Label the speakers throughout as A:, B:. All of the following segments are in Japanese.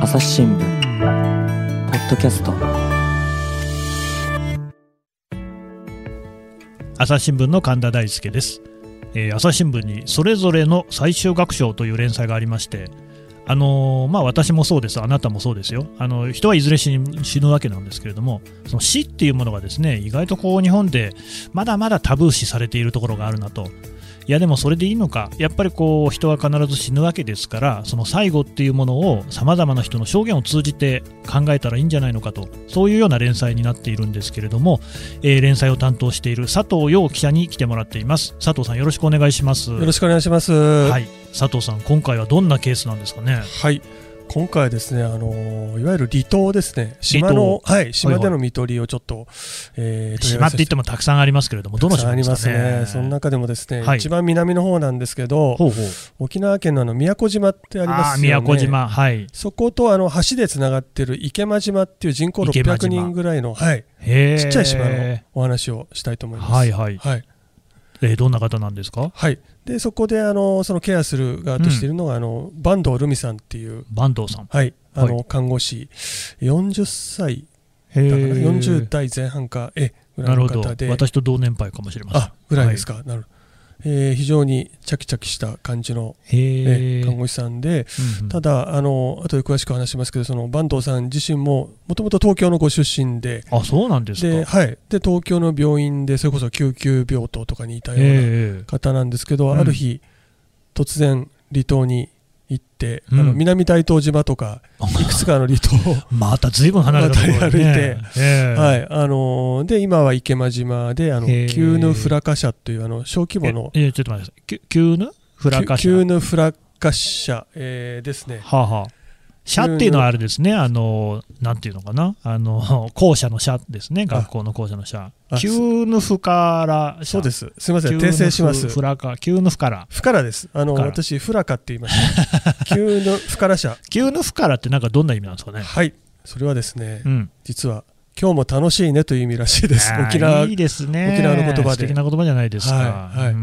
A: 朝日新聞ポッドキャスト
B: 朝日新聞の神田大輔です、えー朝日新聞にそれぞれの最終学章という連載がありましてあのーまあ、私もそうです、あなたもそうですよ、あの人はいずれ死ぬ死ぬわけなんですけれども、その死っていうものがですね意外とこう日本でまだまだタブー視されているところがあるなと、いやでもそれでいいのか、やっぱりこう人は必ず死ぬわけですから、その最後っていうものをさまざまな人の証言を通じて考えたらいいんじゃないのかと、そういうような連載になっているんですけれども、えー連載を担当している佐藤陽記者に来てもらっています。佐藤さんよろしくお願いします。
C: よろしくお願いします。
B: は
C: はい。
B: い、佐藤さん、今回はどんなケースなんですかね。
C: 今回はですね、あのーいわゆる離島ですね。島の、はい、島での見取りをちょっと、えー取り上げ
B: 島
C: さ
B: って
C: せ
B: 言ってもたくさんありますけれども、どの
C: たくさ
B: 島
C: んあ
B: で
C: り
B: すか
C: ます
B: ね
C: ね。。その中でもですね、
B: はい
C: 一番南の方なんですけど、
B: ほうほう。
C: 沖縄県のあの宮古島ってあり
B: あ
C: ま
B: あ、
C: す
B: 宮
C: よね。
B: 古。島、はい。
C: そことあの橋でつながっている池間島っていう人口
B: 池間島
C: 600人ぐらいの、はい、
B: へえ。
C: ちっちゃい島のお話をしたいと思います。
B: はいはい。
C: はい。
B: えーどんな方なんですか
C: はい。で、そこで、あの、そのケアする側としているのが、あの、坂東ルミさんっていう、
B: 坂東さん。
C: はい、あの、
B: は
C: 看護師、40歳
B: へ
C: だから
B: え。
C: 40代前半か、えぐら
B: ないる
C: の
B: ほど
C: 方。で、
B: 私と同年配かもしれません。
C: あぐらいですか、なるほどえー非常にチャキチャキした感じの、
B: へ
C: え
B: え。
C: 看護師さんで、
B: うんうん
C: ただあの、後で詳しく話しますけど、その坂東さん自身も、もともと東京のご出身で、
B: あ、そうなんですか。
C: で
B: え
C: はい、で東京の病院で、それこそ救急病棟とかにいたような
B: え。
C: 方なんですけど、
B: うん
C: ある日、突然、離島に行って、あ
B: う
C: の
B: ん
C: 南大東島とか、いくつかの離島を
B: また随分離れたところに
C: また
B: ね。ええ
C: はい、あのーで今は池間島であの
B: へー
C: 旧ヌフラカ社というあの小規模の
B: ええちょっと待ってください。きゅ急ぬフラカシャ
C: 旧ヌフラカ社、えーですね。
B: はあはあ。社っていうのはあれですね、あの、なんていうのかな、あの、校舎の社ですね、学校の校舎の社。
C: あ
B: 急ぬふから社。。
C: そうですす。すみません、訂正します。
B: ふらか、急ぬふから。
C: フからです。あの
B: ふから
C: 私フラカって言い ました。旧ヌフラカ社。
B: 急ぬふからってなんかどんな意味なんですかね。
C: はい。それはですね、
B: うん。
C: 実は今日も楽しいねという意味らしいです。
B: あー
C: 沖縄
B: いいですね。
C: 沖縄の言葉で
B: 素敵な言葉じゃないですか。
C: はいはい
B: うんうんう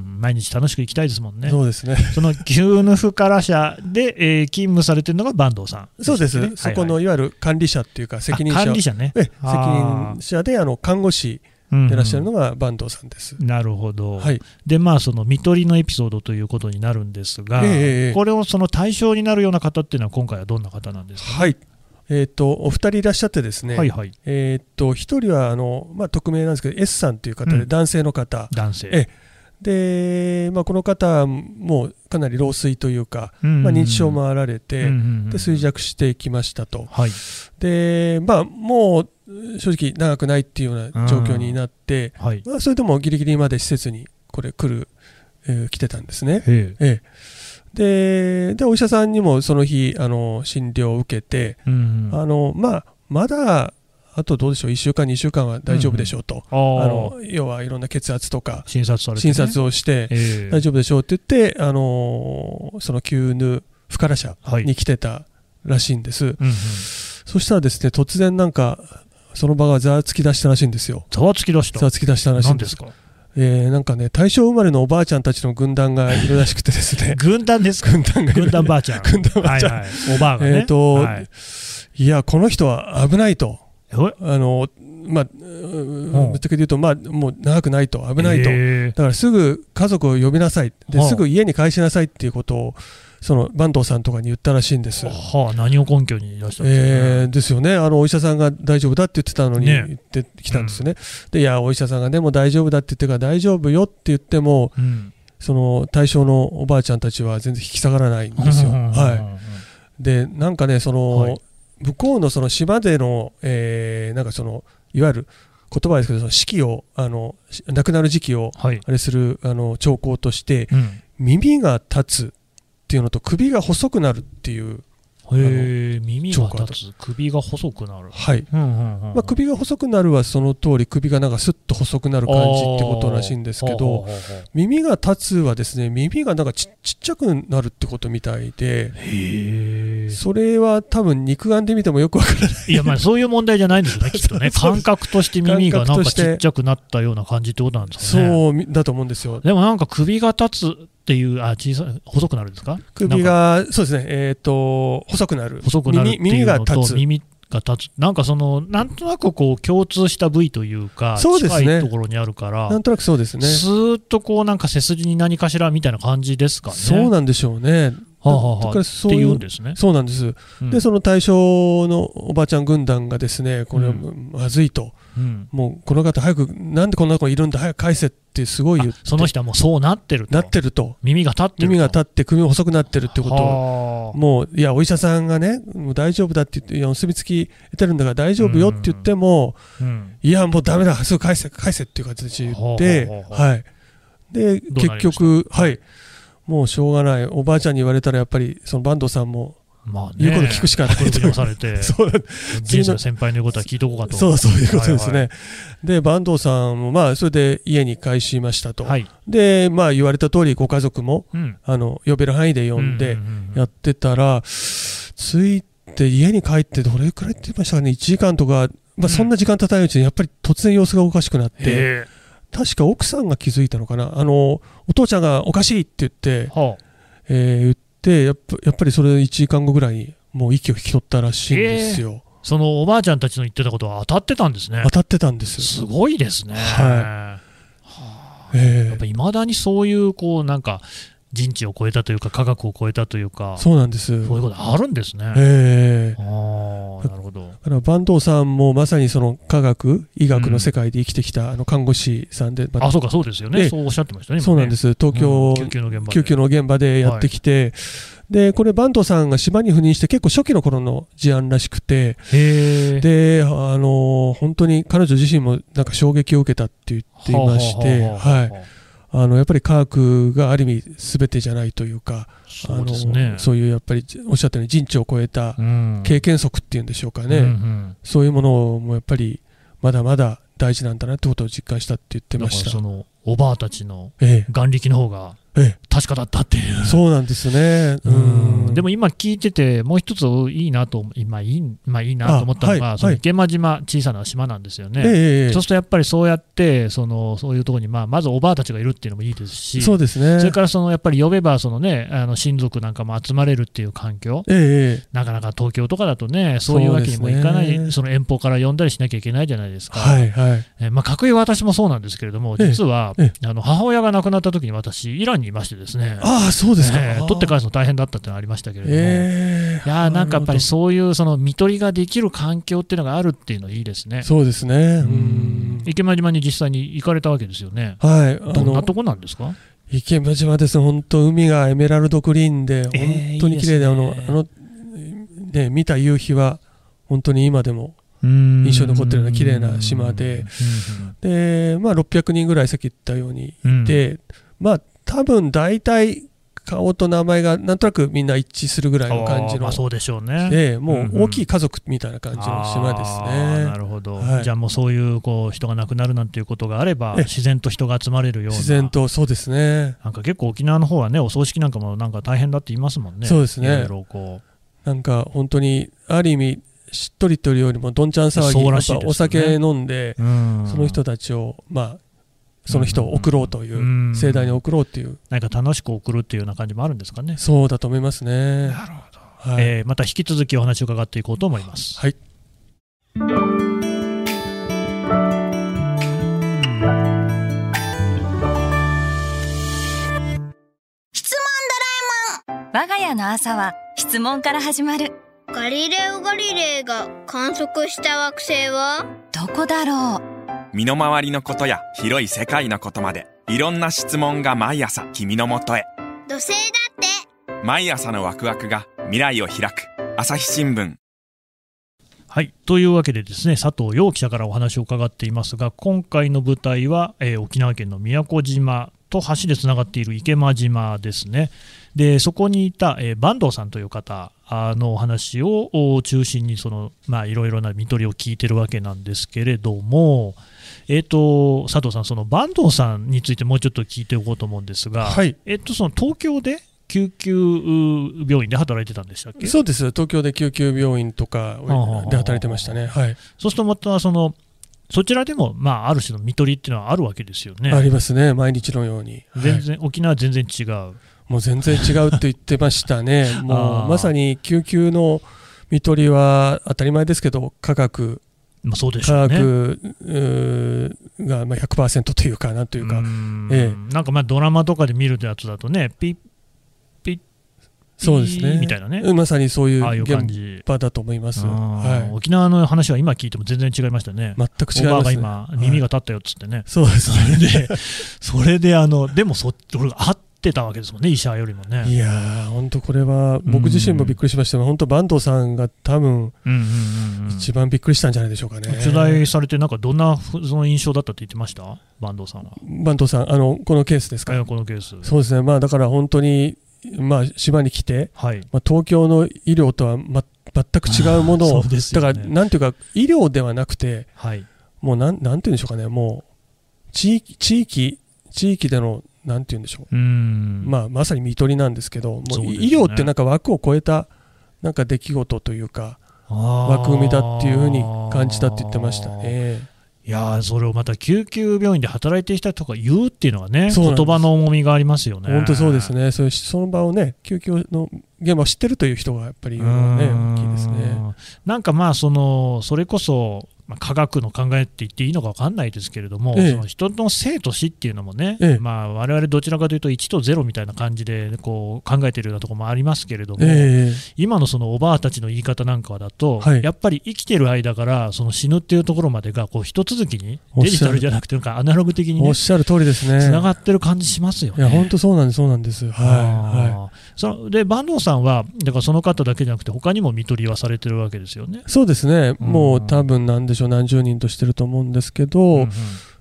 B: ん毎日楽しく行きたいですもんね。
C: そうですね。
B: その急ぬふから社で、えー勤務されてるのが坂東さん、
C: そうです。
B: ね
C: そこの
B: はい
C: いわゆる管理者っていうか
B: はい
C: 責任
B: あ
C: 者
B: 管。理者ね。
C: ええ責
B: あー
C: 任者であの看護師
B: うんうん
C: でいらっしゃるのが坂東さんです。
B: なるほど。
C: はい。
B: でまあその見取りのエピソードということになるんですが、
C: ええええ
B: これをその対象になるような方っていうのは今回はどんな方なんですか、
C: はい。えっ、と、お二人いらっしゃってですね、
B: はいはい
C: えっ、と、一人は、あの、まあ、匿名なんですけど、S さんという方
B: う
C: で、
B: ん
C: 男性の方。
B: 男性、
C: えで、まあ、この方もかなり老衰というか、
B: うんうんうん
C: まあ、認知症もあられ
B: うんう
C: て、
B: んうん
C: で、衰弱してきましたと。
B: はい、
C: で、まあ、もう、正直、長くないっていうような状況になって、
B: はい
C: まあ、それでもギリギリまで施設に、これ、来る、えー来てたんですね。
B: ええ
C: ええで、で、お医者さんにもその日、あの、診療を受けて、
B: うんうん
C: あのまあ、まだあとどうでしょう、1週間、2週間は大丈夫でしょうと、
B: あー
C: あの要はいろんな血圧とか、
B: 診察されて、ね、
C: 診察をして、
B: ええ
C: 大丈夫でしょうって言って、あのーその急ぬ不可ら者
B: はい
C: に来てたらしいんです、
B: うんうん
C: そしたらですね突然、なんかその場がざわつき出したらしいんですよ。
B: ざわつき出した
C: ざわつき出したらしい
B: 何
C: んで
B: ですすか、
C: えーなんかね、大正生まれのおばあちゃんたちの軍団がいるらしくてですね
B: 軍団 ですか
C: 軍団がいる
B: 軍団ばあちゃん
C: 軍団ばあちゃん
B: はいはい、おばあがね
C: えーと
B: はい、
C: いや、この人は危ないと、
B: おい
C: あの、まあ、う
B: うん
C: ーぶっちゃけで言うと、まあ、もう長くないと、危ないと。
B: ええ
C: だからすぐ家族を呼びなさい。で、
B: はあ
C: すぐ家に返しなさいっていうことを、その、坂東さんとかに言ったらしいんです。
B: はあ、何を根拠にいらしたんですかね、
C: えーですよね。あの、お医者さんが大丈夫だって言ってたのに、
B: ね
C: 言ってきたんですよね。で、いや、お医者さんがでも大丈夫だって言ってから、大丈夫よって言っても、
B: うん、
C: その、対象のおばあちゃんたちは全然引き下がらないんですよ。は
B: い、
C: い。でなんかねその、
B: はい
C: 向こうのその島での、えーなんかそのいわゆる言葉ですけどその四季をあのし亡くなる時期を
B: はい
C: あれするあの兆候として
B: うん
C: 耳が立つっていうのと首が細くなるっていう、
B: へえ耳が
C: チョーカーと
B: 立つ首が細くなる、
C: はい
B: うんうんうん
C: まあ、首が細くなるはその通り首がなんかスッと細くなる感じってことらしいんですけど
B: あーほうほうほうほ
C: 耳が立つはですね耳がなんかちちっちゃくなるってことみたいで
B: うへ
C: それは多分肉眼で見てもよくわからない
B: えいやまあそういう問題じゃないん ですよねきっとね感覚として耳がなん
C: 感
B: か
C: 覚として
B: ちっちゃくなったような感じってことなんですかね
C: そうみだと思うんですよ
B: でもなんか首が立つっていう、あ小さい細くなるんですか
C: 首が、そうですね、えっ、と、細くなる。
B: 細くなるって
C: 耳
B: い
C: 耳
B: う
C: が
B: のと
C: 立つ。
B: 耳が立つなんかそのなんとなくこう共通した部位というか
C: そうですね
B: 近いところにあるから
C: なんとなくそうですね。
B: スーッとこうなんか背筋に何かしらみたいな感じですかね
C: そうなんでしょうね。
B: はあはあはあ
C: だから
B: っ
C: そう
B: て
C: い
B: いううんですね、
C: そうなんです。
B: うん
C: で、その対象のおばあちゃん軍団がですね、これはまずいと、
B: うん
C: もうこの方早く、なんでこんな子いるんだ、早く返せってすごい言って
B: あその人はもうそうなってると
C: なってると。
B: 耳が立ってると
C: 耳が立って首も細くなってるってことを
B: はあ
C: もういやお医者さんがね、もう大丈夫だって言って、いや結びつき得てるんだから大丈夫よって言っても、
B: うん
C: いや、もうだめだ、すぐ返せ、返せっていう形で言って、
B: ほうほうほうほう
C: はい、で
B: どうなりま
C: 結
B: した
C: 局、はい、もうしょうがない、おばあちゃんに言われたら、やっぱりその坂東さんも、
B: まあね
C: 言うこと聞くしかない
B: こういうことに押されて
C: そうなん
B: 人生の先輩の言うことは聞いとこうかと
C: そうそういうことですね。
B: はいは
C: で、坂東さんも、まあ、それで家に帰しましたと、
B: はい、
C: で、まあ、言われた通り、ご家族も
B: うん、
C: あの呼べる範囲で呼んで
B: う、ん
C: やってたら、ついて、家に帰って、どれくらいって言いましたかね、1時間とか、ま
B: うん
C: あ、そんな時間経たないうちに、やっぱり突然様子がおかしくなって、
B: へえ
C: 確か奥さんが気づいたのかな、あのお父ちゃんがおかしいって言って、
B: はあ
C: えー言ってやっぱ、やっぱりそれ1時間後ぐらいに、もう息を引き取ったらしいんですよ、
B: そのおばあちゃんたちの言ってたことは当たってたんですね
C: 当たってたんです
B: す
C: よ。
B: ごいですね。
C: は
B: や
C: え
B: っ
C: ー
B: ぱ未だにそういうこうなんか人知を超えたというか科学を超えたというかそ
C: そうなんです。
B: ういうことあるんですね。
C: えー
B: あーなるほど。
C: だから坂東さんもまさにその科学、医学の世界で生きてきた、あの看護師さんで、まあ
B: あそうかそうですよね。
C: で
B: そうおっしゃってましたね。今ね
C: そうなんです、東京、
B: うん救急の現場で。
C: 救急の現場でやってきて、でこれ、坂東さんが島に赴任して、結構初期の頃の事案らしくて、
B: へえ。
C: であの本当に彼女自身もなんか衝撃を受けたって言っていまして、
B: はあはあはあ
C: はい
B: はあはあ
C: あのやっぱり科学がある意味、すべてじゃないというか、あ
B: そう
C: の
B: ですね。
C: そういうやっぱりおっしゃったように、人知を超えた
B: うん
C: 経験則っていうんでしょうかね、
B: うんうん
C: そういうものもやっぱり、まだまだ大事なんだなってことを実感したって言って
B: だ
C: ま
B: から
C: し
B: そ
C: た。
B: のおばあたちの
C: え
B: 眼力の方が
C: ええ
B: 確かだったっていう
C: え、。そうなんですね。
B: うんで
C: も
B: も今聞いてて、もう一ついいなと、今いい、まあいいなと思ったの
C: あは
B: が、
C: い
B: その
C: はい
B: 池間島、小さな島なんですよ
C: え
B: ね。
C: ええ
B: そうするとやっぱりそうやって、そのそういうところに、まあ、まずおばあたちがいるっていうのもいいですし、
C: そうですね。
B: それからそのやっぱり呼べばその、ね、あの親族なんかも集まれるっていう環境、
C: ええええ
B: なかなか東京とかだとね、そういうわけにもいかない、そ,、
C: そうですね
B: の遠方から呼んだりしなきゃいけないじゃないですか。
C: はいはい。
B: えーまあ、かくいう私もそうなんですけれども、
C: ええ
B: 実は、
C: え
B: あの母親が亡くなった時に私、イランにいましてですね、
C: ああ、そうですか。
B: えー取って返すの大変だったっていうのはありましたけれども。
C: ええ
B: いやーなんかやっぱり
C: なる
B: そういうその見取りができる環境っていうのがあるっていうのいいですね
C: ほど。そうですね。
B: う
C: う
B: ん
C: ん。
B: 池間島に実際に行かれたわけですよね。
C: はい。あ
B: どんな
C: の、
B: とこなんですか
C: 池間島です。本当海がエメラルドグリーンで、本当
B: いい
C: に綺麗で、
B: ですね
C: あの、あの、ね、見た夕日は、本当に今でも。
B: 印
C: 印象に残ってるような綺麗な島で、で、まあ、600人ぐらいさっき言ったように
B: うんうん、
C: で、まあ、多分大体、顔と名前がなんとなくみんな一致するぐらいの感じ
B: あーま
C: の
B: あ、そうでしょうね。
C: で、も
B: うんうん
C: う大きい家族みたいな感じの島です
B: あー
C: ね
B: な。るほど、
C: はい
B: じゃあもうそういうこう人が亡くなるなんていうことがあれば
C: ええ
B: 自然と人が集まれるような
C: 自然と、そうですね。
B: なんか結構沖縄の方はねお葬式なんかもなんか大変だって言いますもんね
C: そうですね
B: いろいろこう
C: なんか本当に、ある意味、しっとりというよりも、どんちゃん騒ぎ、
B: そう
C: や
B: ら
C: っ
B: しいですね
C: ぱお酒飲んで、
B: うん
C: その人たちを、まあ、その人を送ろうというう、
B: ん
C: 盛大に送ろうっていう、
B: なんか楽しく送るっていうような感じもあるんですかね。
C: そうだと思いますね。
B: な
C: るほど。はい。
B: えーまた引き続きお話を伺っていこうと思います。
C: はい
D: 我が家の朝は質問から始まる
E: ガリレオ・ガリレイが観測した惑星は
D: どこだろう
F: 身の回りのことや広い世界のことまでいろんな質問が毎朝君のもとへ
E: 土星だって
F: 毎朝のワクワクが未来を開く朝日新聞
B: はい、というわけでですね佐藤陽記者からお話を伺っていますが今回の舞台は、えー沖縄県の宮古島と橋でつながっている池間島ですねでそこにいた、えー、坂東さんという方あのお話をお中心にその、まあ、いろいろな見取りを聞いてるわけなんですけれども、えー、と佐藤さんその坂東さんについてもうちょっと聞いておこうと思うんですが、
C: はい。
B: えっとその東京で救急う病院で働いてたんでしたっけ
C: そうです。東京で救急病院とか
B: はあはあはあ
C: で働いてましたね。はい。
B: そうするとまたそのそちらでも、まあ、ある種の見取りっていうのはあるわけですよね。
C: ありますね、毎日のように。はい
B: 全然、沖縄は全然違う。
C: もう全然違うって言ってまし たね。も
B: あー
C: うまさに救急の見取りは当たり前ですけど、科学、
B: まあ、そうでし
C: 科
B: ょうね。
C: 学うーがまあ100%というか、なんというか、
B: ん
C: え
B: なんかまあドラマとかで見るやつだとね、ピッ
C: そうですね。
B: みたいなね
C: うんまさにそうい
B: ああいうう
C: 現
B: 感じ、
C: 場だと思います。
B: うん
C: は
B: 沖縄の話は今聞いても全然違いましたね
C: い。。全く違い
B: おばあ
C: ま
B: が
C: すね。
B: 今、耳が立ったよっつってね、
C: そうですね。
B: それで、 それであの、でもそ、俺が合ってたわけですもんね、医者よりもね。
C: いやー、本当これは僕自身もびっくりしましたが、本当、坂東さんが多分
B: うんうんうんうん
C: 一番びっくりしたんじゃないでしょうかね。
B: 取材されて、なんかどんなふその印象だったって言ってました、坂東さんは。
C: 坂東さん、あのこのケースですか。
B: あこのケース。
C: そうですね、まあ、だから本当に、まあ、島に来て、
B: はい。
C: まあ、東京の医療とは、ま、全く違うものを、
B: そうです
C: だ
B: よ
C: から
B: ね
C: なんていうか、医療ではなくて、
B: はい。
C: もうなんなんていうんでしょうかね、もう地域、地域、地域での、なんていうんでしょう、
B: うん。
C: まあ、まさに見取りなんですけど、も
B: そう
C: う
B: ですね
C: 医療ってなんか枠を超えたなんか出来事というか、
B: あー、
C: 枠組みだっていうふうに感じたって言ってましたね。
B: いやーそれをまた救急病院で働いてきた人が言うっていうのがね、
C: そうなんです
B: 言葉の重みがありますよね。
C: 本当そうですね、そういうその場をね、救急の現場を知ってるという人がやっぱり言うのはね、大きいです
B: う
C: ね。
B: んなんかまあそのそれこそ、まあ、科学の考えって言っていいのか分かんないですけれども、
C: ええ
B: その人の生と死っていうのもね、
C: ええ
B: まあ、我々どちらかというと1と0みたいな感じでこう考えてるようなところもありますけれども、
C: ええ
B: 今のそのおばあたちの言い方なんかだと、
C: はい
B: やっぱり生きてる間からその死ぬっていうところまでがこう一続きに
C: おっしゃる
B: デジタルじゃなくてなんかアナログ的に
C: お
B: ね
C: っしゃる通りですね。
B: つながってる感じしますよ
C: い
B: ね。
C: や、本当そうなんです、そうなんです。はい。
B: あ
C: は
B: ーそので坂東さんは、だからその方だけじゃなくて、他にも見取りはされてるわけですよね。
C: い。そうですね、
B: うん
C: もう多分なんでしょう、何十人としてると思うんですけ
B: うん
C: ど、
B: うん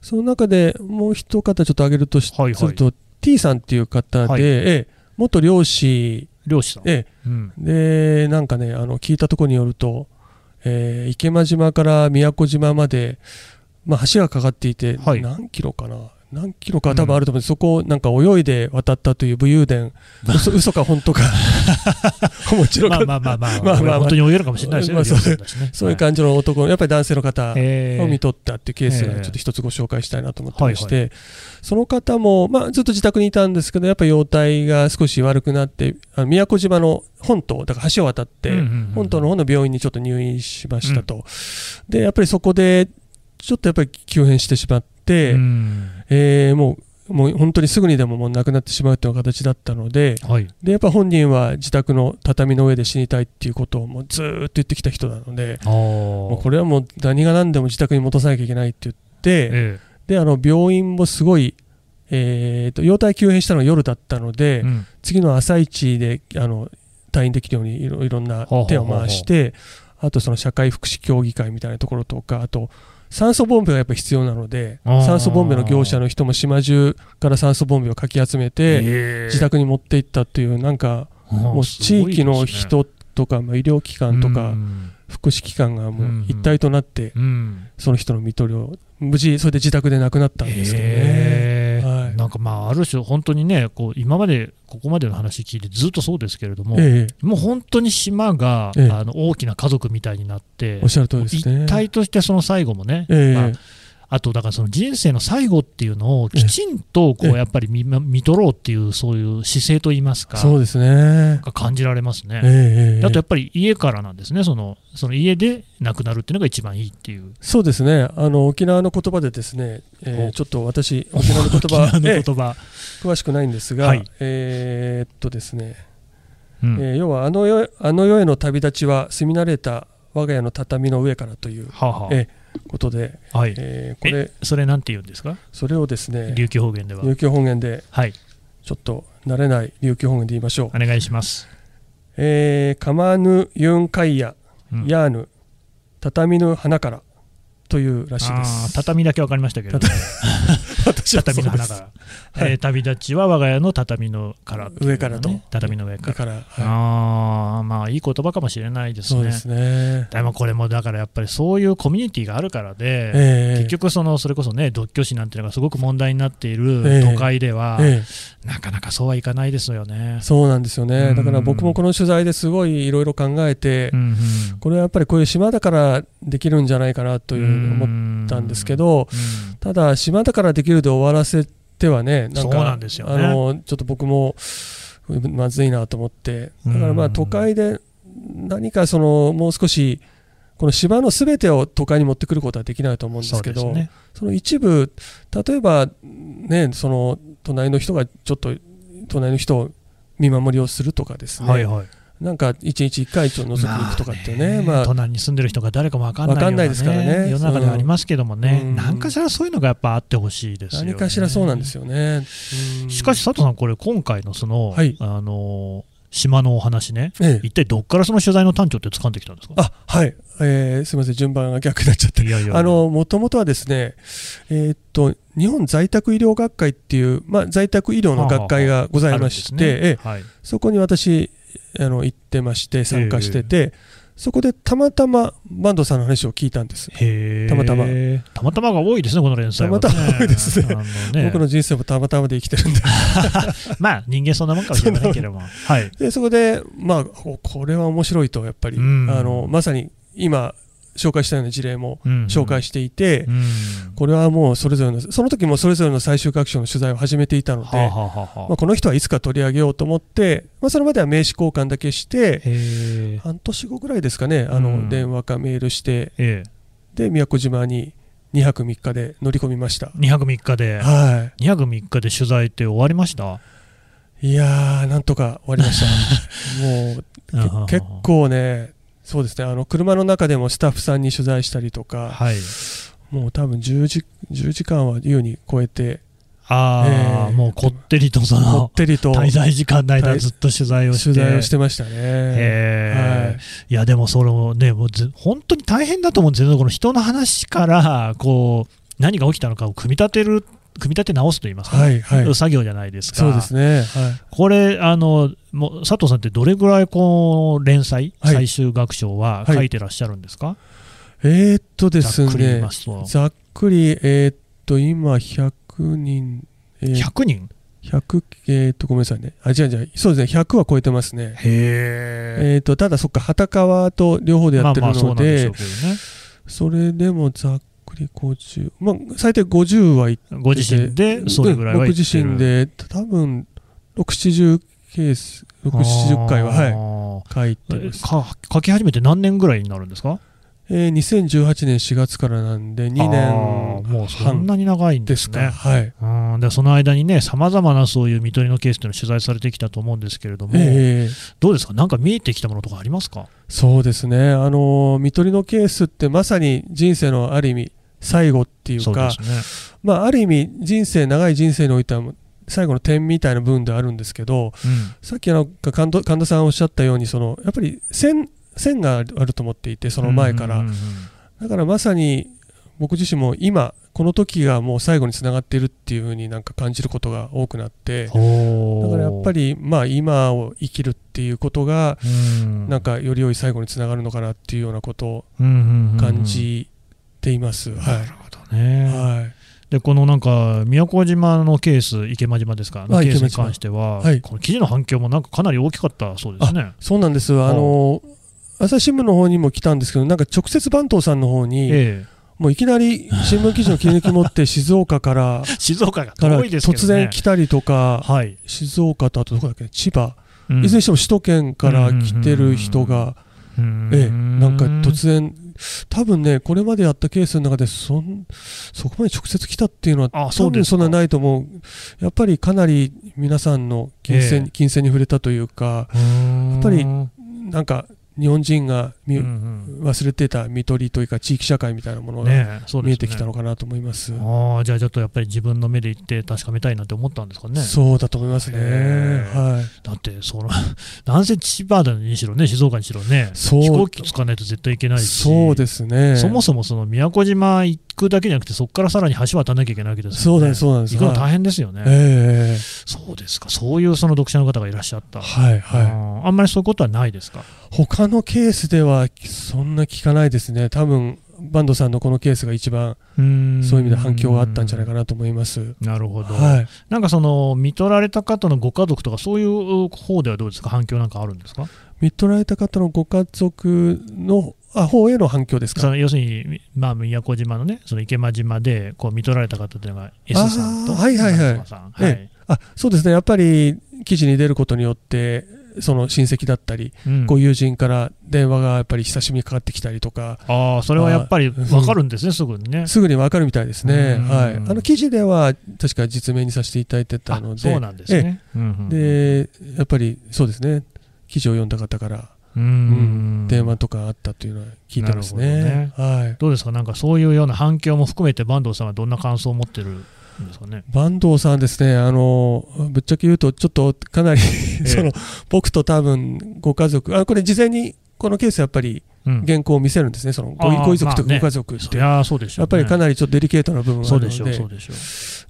C: その中でもう一方ちょっと挙げるとし、
B: はいはい
C: すると、T さんっていう方で、
B: はい
C: ええ元漁師
B: 漁師さん、
C: え
B: うん
C: で、なんかね、あの聞いたところによると、えー池間島から宮古島まで、まあ、橋がかかっていて、
B: はい
C: 何キロかな、何キロか多分あると思うんです、そこをなんか泳いで渡ったという武勇伝、嘘嘘か本 当か、もちろん
B: ま
C: か
B: あまあまあまあ、
C: まあまあまあ
B: 本当に泳げるかもしれないですよね、
C: まあそう
B: 漁師さんだしね
C: そういう感じの男の、やっぱり男性の方
B: え
C: を見
B: ー
C: とったっていうケース
B: え
C: が
B: え
C: ちょっと一つご紹介したいなと思ってまして、
B: は
C: その方も、まあ、ずっと自宅にいたんですけど、やっぱり容体が少し悪くなって、あの宮古島の本島、だから橋を渡って、
B: うんうんうん
C: 本島の方の病院にちょっと入院しましたと。で、やっぱりそこで、ちょっとやっぱり急変してしまって、
B: うん
C: えーもう、もう本当にすぐにでももう亡くなってしまうという形だったので、
B: はい、
C: で、やっぱ本人は自宅の畳の上で死にたいっていうことをもうずーっと言ってきた人なので、
B: あー
C: もうこれはもう何が何でも自宅に戻さなきゃいけないって言って、
B: え
C: で、あの、病院もすごい、えーと、容体急変したのが夜だったの
B: え
C: で、
B: うん
C: 次の朝一で、あの、退院できるようにいろいろんな手を回して、あとその社会福祉協議会みたいなところとか、あと、酸素ボンベがやっぱ必要なので、
B: あー
C: 酸素ボンベの業者の人も島中から酸素ボンベをかき集めて、
B: ええ
C: 自宅に持って行ったっていう、なんか、
B: あー
C: もう地域の人とか、まあ医療機関とか、
B: うん
C: 福祉機関がもう一体となって、
B: うん
C: その人の看取りを無事それで自宅で亡くなったんですけどね、
B: へー
C: はい
B: なんかまあある種本当にねこう今までここまでの話聞いてずっとそうですけれども、
C: え
B: もう本当に島が、
C: ええ
B: あの大きな家族みたいになって
C: えおっしゃる通りですね
B: 一体としてその最後もね、
C: ええ
B: まああとだからその人生の最後っていうのを
C: ええ
B: きちんとこ
C: え
B: う
C: え
B: やっぱり見,、見とろうっていうそういう姿勢といいますか
C: そうですね
B: が感じられます
C: え
B: ね。
C: えええ
B: あとやっぱり家からなんですね、そのその家で亡くなるっていうのが一番いいっていう、
C: そうですねあの沖縄の言葉でですね、ええ
B: お
C: ちょっと私沖縄の 言
B: 沖縄
C: 葉
B: の
C: え
B: 言
C: え
B: 葉、
C: 詳しくないんですが、
B: はい
C: えーっとですね、
B: うん
C: ええ要はあの世へあの世への旅立ちは住み慣れた我が家の畳の上からという
B: はあはあ
C: えことで、
B: はい、
C: ええこれ
B: それなんて言うんですか、
C: それをですね
B: 琉球方言では。
C: 琉球方言で
B: はい、
C: ちょっと慣れない琉球方言で言いましょう
B: お願いします。
C: えー、かまぬユンカイヤ、
B: うん
C: ヤーヌ、畳ぬ花からというらしいで
B: あー
C: す。
B: 畳だけわかりましたけれども、
C: 私はそうで
B: 畳
C: す
B: の花から、
C: はい
B: えー旅立ちは我が家の畳のからっていうのがね、
C: 上からと
B: 畳の上か
C: だ
B: ら、
C: から、は
B: ああまあいい言葉かもしれないで
C: い、
B: す
C: そう
B: ね
C: ですね。
B: でもこれもだからやっぱりそういうコミュニティがあるからで、
C: え
B: 結局そのそれこそね独居死なんていうのがすごく問題になってい
C: え
B: る
C: え
B: 都会では、
C: ええ
B: なかなかそうはいかないですよね。
C: そうなんですよ
B: う
C: ね。
B: ん
C: だから僕もこの取材ですごいいろいろ考えて、
B: うんうん
C: これはやっぱりこういう島だからできるんじゃないかなというふうに思ったんですけど、
B: うん
C: ただ、島だからできるで終わらせてはね、なん
B: そう
C: か、
B: なんですよね
C: あのちょっと僕もまずいなと思って、だからま
B: う
C: あ
B: ん
C: 都会で何かそのもう少し、この島のすべてを都会に持ってくることはできないと思うんですけ
B: そ
C: ど、そ,、
B: うですね
C: の一部、例えば、ね、その隣の人がちょっと、隣の人を見守りをするとかですね、
B: はいはい。
C: なんか一日一回ちょっと覗きに行くとかってね、まあ、
B: 隣に住んでる人が誰かも分かんないよう
C: わかんないですからね
B: 世の中ではありますけどもね、
C: うん
B: 何かしらそういうのがやっぱあってほしいですよね。
C: 何かしらそうなんですよね。うん
B: しかし、佐藤さん、これ、今回のその、
C: はい
B: あのー島のお話ね、
C: ええ
B: 一体どっからその取材の端緒って掴んできたんですか
C: あはい、えーすみません、順番が逆になっちゃって、
B: いやいやいや
C: あのもともとはですね、えーっと日本在宅医療学会っていう、まあ、在宅医療の学会がございまして、
B: あるん
C: え
B: で
C: え
B: すねはい、
C: そこに私あの、行ってまして、参加してて、そこでたまたま坂東さんの話を聞いたんです。
B: へー
C: たまたま
B: たまたまが多いですね、この連載は、ね。
C: たまたま多いですね
B: あのね
C: 僕の人生もたまたまで生きて るんで
B: まあ、人間そんなもんかもしれないけれども。はい。
C: でそこで、まあ、ここれは面白いとやっぱり、
B: うん
C: あのまさに今紹介したような事例も
B: うん
C: 紹介していて、
B: うん。
C: これはもうそれぞれのその時もそれぞれの最終学習の取材を始めていたので、
B: はあ、はあはあは
C: まあ、この人はいつか取り上げようと思って、まあ、それまでは名刺交換だけして、
B: へえ。
C: 半年後ぐらいですかね、あ
B: うん
C: の電話かメールして、
B: ええ。
C: で宮古島に2泊3日で乗り込みました。
B: 2泊3日で、
C: は
B: 2泊3日で取材って終わりました
C: い、いやー、なんとか終わりま した。もうけ結構ね、そうですねあの車の中でもスタッフさんに取材したりとか、
B: はい。
C: もう多分10時 ,10 時間は優に超えて、
B: ああ、
C: ええ
B: もうこってりとそ
C: こ
B: の
C: っ、てりと
B: 滞
C: 取
B: 在時間の間ずっと取材をして。
C: 材をしてましたね。
B: へえ
C: はい
B: い、やでもそれもねもうず本当に大変だと思うんですよねこの人の話からこう何が起きたのかを組み立てる組み立て直すと言いますか、
C: はい、はい、
B: 作業じゃないですか
C: そうですね。はい
B: これあのもう佐藤さんってどれぐらいこの連載、
C: はい
B: 最終学章は
C: はい
B: 書いてらっしゃるんですか、
C: えー、っとです
B: ざっくり言い
C: ね
B: ま、すと
C: ざっくり、えー、っと、今、100人、えー、
B: 100人
C: 100、えー、っと、ごめんなさいね。あ、違う違う、そうですね、100は超えてますね。
B: へ
C: えー、っと、ただ、そっか、畑川と両方でや
B: ま
C: っ
B: あ
C: てる
B: まあそうな
C: の
B: んでしょ
C: で
B: う、けどね
C: それでもざっくり50、まあ、最低50はいっ
B: ご自身でそれぐらいは言
C: 僕
B: ってる
C: 自身で、多分、6、70ケース、6、70回は、はい、
B: は
C: 書いてます。
B: か書き始めて何年ぐらいになるんですか
C: えー、2018年4月からなんで、2
B: あー
C: 年
B: もうそんなに長いんで
C: ですす
B: ね。
C: か。はい。
B: うんでその間にね、さまざまなそういう見取りのケースというのを取材されてきたと思うんですけれども、
C: ええ
B: どうですか、なんか見えてきたものとかありますか
C: そうですね、あの見取りのケースってまさに人生のある意味、最後っていう
B: そうで
C: か、
B: すね。
C: まあ、ある意味、人生、長い人生においては、最後の点みたいな部分ではあるんですけど、
B: うん
C: さっきなんか神田神田さんおっしゃったように、そのやっぱり線線があると思っていて、その前から、
B: うんうんうん
C: だからまさに僕自身も今、この時がもう最後につながっているっていうふうになんか感じることが多くなって、
B: ほ
C: だ
B: う
C: からやっぱ、り、まあ、今を生きるっていうことが、
B: うん
C: なんかより良い最後につながるのかなっていうようなことを
B: 感
C: 感じています。はい。
B: ね、
C: はい。
B: でこのなんか宮古島のケース、池間島ですか、あの
C: はい
B: ケースに
C: 池間島
B: 関しては、
C: はい
B: この記事の反響もなんかかなり大きかったそうですね。
C: そうなんです。あの、朝日新聞の方にも来たんですけど、なんか直接番頭さんの方に、
B: え
C: もういきな り新聞記事の切り抜き持って静岡から、
B: え、静岡が
C: から
B: 遠いですけどね。
C: 突然来たりとか、
B: はい、
C: 静岡とあとどこだっけ、千葉、
B: うん
C: いずれにしても首都圏から来てる人が、ええ、なんか突然、多分ね、これまでやったケースの中でそん、そこまで直接来たっていうのは、
B: あそ
C: 多
B: うで
C: 分
B: すか
C: そんなないと思う、やっぱりかなり皆さんの金銭,、
B: ええ
C: 金銭に触れたというか、
B: や
C: っぱりなんか日本人が見、
B: うん
C: 忘れてた見取りというか、地域社会みたいなも
B: う
C: の
B: ん
C: が、
B: ねえ、そうですね
C: 見えてきたのかなと思います。
B: ああじゃあちょっとやっぱり自分の目で行って確かめたいなって思ったんですかね
C: そうだと思いますね、
B: ええ
C: はい、
B: だってその なんせ千葉だにしろね静岡にしろね
C: そう
B: 飛行機使わないと絶対行けないし
C: そうですね、
B: そもそもその宮古島行くだけじゃなくてそこからさらに橋渡らなきゃいけないわけです
C: そ
B: よ
C: う
B: ね
C: なんです、そうなんです、
B: 行くの
C: はい
B: 大変ですよね、
C: ええ
B: そうですかそういうその読者の方がいらっしゃった、
C: はいはい、
B: うんあんまりそういうことはないですか
C: 他のケースではそんな聞かないですね、多分坂東さんのこのケースが一番
B: うん
C: そういう意味で反響があったんじゃないかなと思います。
B: なるほど、
C: はい、
B: なんかその、見取られた方のご家族とか、そういう方ではどうですか、反響なんかあるんですか、
C: 見取られた方のご家族のあ方への反響です
B: そ
C: か
B: の要するに、まあ、宮古島のね、その池間島でこう見取られた方というのが、S さんと、
C: あーはいはいはい
B: 妻さんはい
C: えあそうですねやっぱり記事に出ることによってその親戚だったり、
B: うん
C: ご友人から電話がやっぱり久しぶりにかかってきたりとか
B: ああ、それはやっぱり分かるんですね、すぐにね。
C: すぐに分かるみたいですね、
B: うん
C: はい、あの記事では確か実名にさせていただいてた
B: あ
C: の
B: そう
C: で
B: なんですね。うんうん
C: でやっぱりそうですね記事を読んだ方から
B: うん
C: うん電話とかあったというのは聞いてます
B: なる
C: ね。はい
B: どうですか、なんかそういうような反響も含めて、坂東さんはどんな感想を持ってるんですかね。
C: 坂東さんですね、あの、ぶっちゃけ言うと、ちょっとかなり、
B: え
C: その、僕と多分、ご家族、あ、これ事前に、このケースやっぱり
B: うん、
C: 原稿を見せるんですね、その、ご
B: あー
C: ご遺族と
B: まあね
C: ご家族って、
B: そりゃあそうでしょ
C: やっぱりか
B: り
C: なりちょっとデリケートな部分があ
B: そうで
C: るの
B: し
C: で、
B: ょう、そうでしょ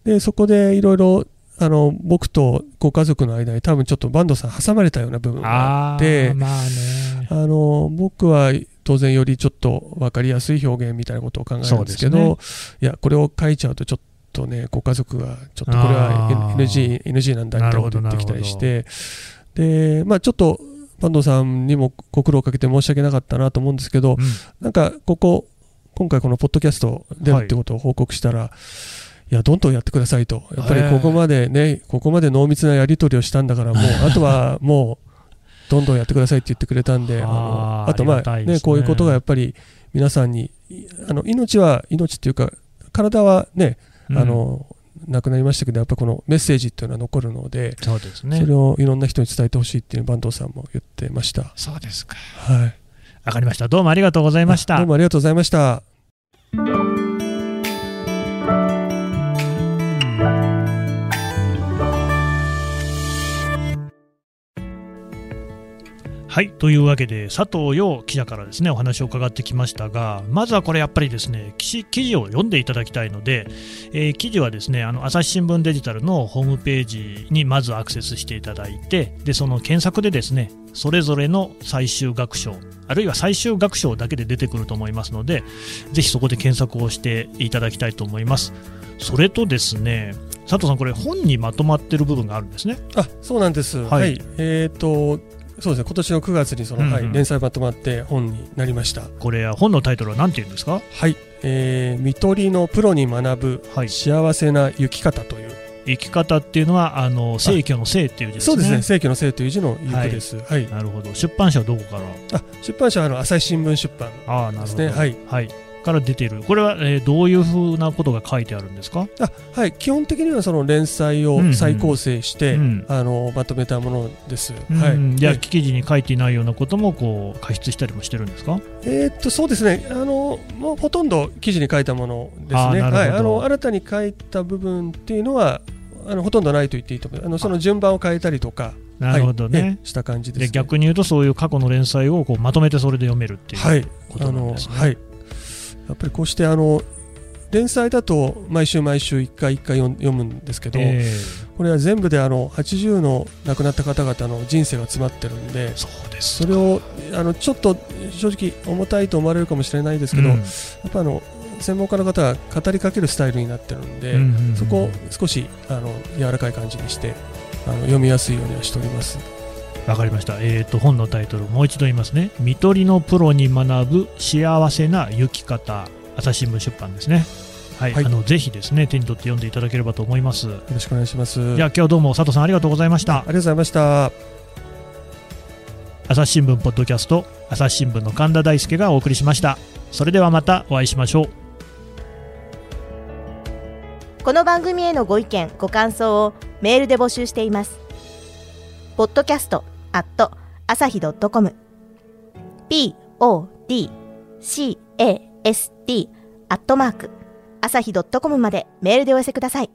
B: う。
C: でそこでいろいろ、あの、僕とご家族の間に多分ちょっと坂東さん挟まれたような部分があ
B: ああ
C: で
B: ー、まあね。
C: あの、僕は当然よりちょっと分かりやすい表現みたいなことを考えるんですけど、
B: そう
C: いや、これを書いちゃうとちょっとね、ご家族が、ちょっとこれは
B: あー
C: NG、NG なんだみたいなこと言ってきたりして、で、まあちょっと、坂東さんにもご苦労かけて申し訳なかったなと思うんですけど、なんかここ、今回このポッドキャスト出るってことを報告したら、いや、どんどんやってくださいと。やっぱりここまでね、ここまで濃密なやり取りをしたんだから、もう、 あとはもう、どんどんやってくださいって言ってくれたんで、
B: あー
C: のあと
B: あ
C: ま
B: りが
C: あ、
B: たいですね
C: ね、こういうことがやっぱり皆さんに、いあの、命は、命っていうか、体はね、
B: うん
C: あ、の、なくなりましたけど、やっぱこのメッセージっていうのは残るので、
B: そうです
C: そ
B: ね
C: れ。をいろんな人に伝えてほしいっていう坂東さんも言ってました。
B: そうですか。
C: はい。
B: わかりました。どうもありがとうございまし
C: あど
B: た
C: う。もありがとうございました。
B: はい。というわけで、佐藤陽記者からですね、お話を伺ってきましたが、まずはこれやっぱりですね、記事記事を読んでいただきたいので、えー記事はですね、あの、朝日新聞デジタルのホームページにまずアクセスしていただいて、で、その検索でですね、それぞれの最終学章、あるいは最終学章だけで出てくると思いますので、ぜひそこで検索をしていただきたいと思います。それとですね、佐藤さん、これ本にまとまってる部分があるんですね。
C: あそうなんです、
B: は
C: はいいえっ、と、そうですね、今年の9月にその、
B: うんうん
C: はい、連載まとまって本になりました、
B: これ、本のタイトルは何て言うんですか
C: はいえー、見取りのプロに学ぶ
B: はい
C: 幸せな行き方という、
B: 生き方っていうのはあの生挙の生っていう字ですね。
C: そうですね、正規の生という字の行くです、はい
B: なるほど。出版社はどこから？
C: あ出版社はあの朝日新聞出版、
B: ああなるほど。
C: ですねはい
B: から出ている。これは、えーどういうふうなことが書いてあるんですか？
C: あはい、基本的にはその連載
B: うんう
C: を
B: ん
C: 再構成して、
B: うん
C: あのまとめたものです。
B: う
C: は
B: ん
C: い
B: じゃあ
C: で
B: 記事に書いていないようなこともこう加筆したりもしてるんですか？
C: えーっとそうですねあの、もうほとんど記事に書いたものですね、
B: あーなるほど
C: はい、あの新たに書いた部分っていうのは、あのほとんどないと言っていいと思います、あのその順番を変えたりとか、
B: なるほどね。
C: はいええした感じです、ね。
B: で逆に言うとそういう過去の連載をこうまとめてそれで読めるっていう。
C: はい
B: ことなんですね
C: あのはい、やっぱりこうしてあの連載だと毎週毎週1回1回読むんですけど、
B: え
C: これは全部であの80の亡くなった方々の人生が詰まってるんで
B: ー、そうです。
C: それをあのちょっと正直重たいと思われるかもしれないですけど、
B: うん
C: やっぱあの専門家の方は語りかけるスタイルになってるんで、
B: うんうんうん
C: そこを少しあの柔らかい感じにしてあの読みやすいようにはしております。
B: わかりました。えっ、と、本のタイトル、もう一度言いますね。見取りのプロに学ぶ幸せな行き方、朝日新聞出版ですね。はい、
C: はい
B: あの、ぜひですね、手に取って読んでいただければと思います。
C: よろしくお願いします。
B: じゃあ、今日どうも佐藤さんありがとうございまし
C: あ
B: た。
C: りがとうございました。
B: 朝日新聞ポッドキャスト、朝日新聞の神田大輔がお送りしました。それではまたお会いしましょう。
G: この番組へのご意見、ご感想をメールで募集しています。podcast at 朝日 .com p o d c a s t アットマーク朝日 .com までメールでお寄せください。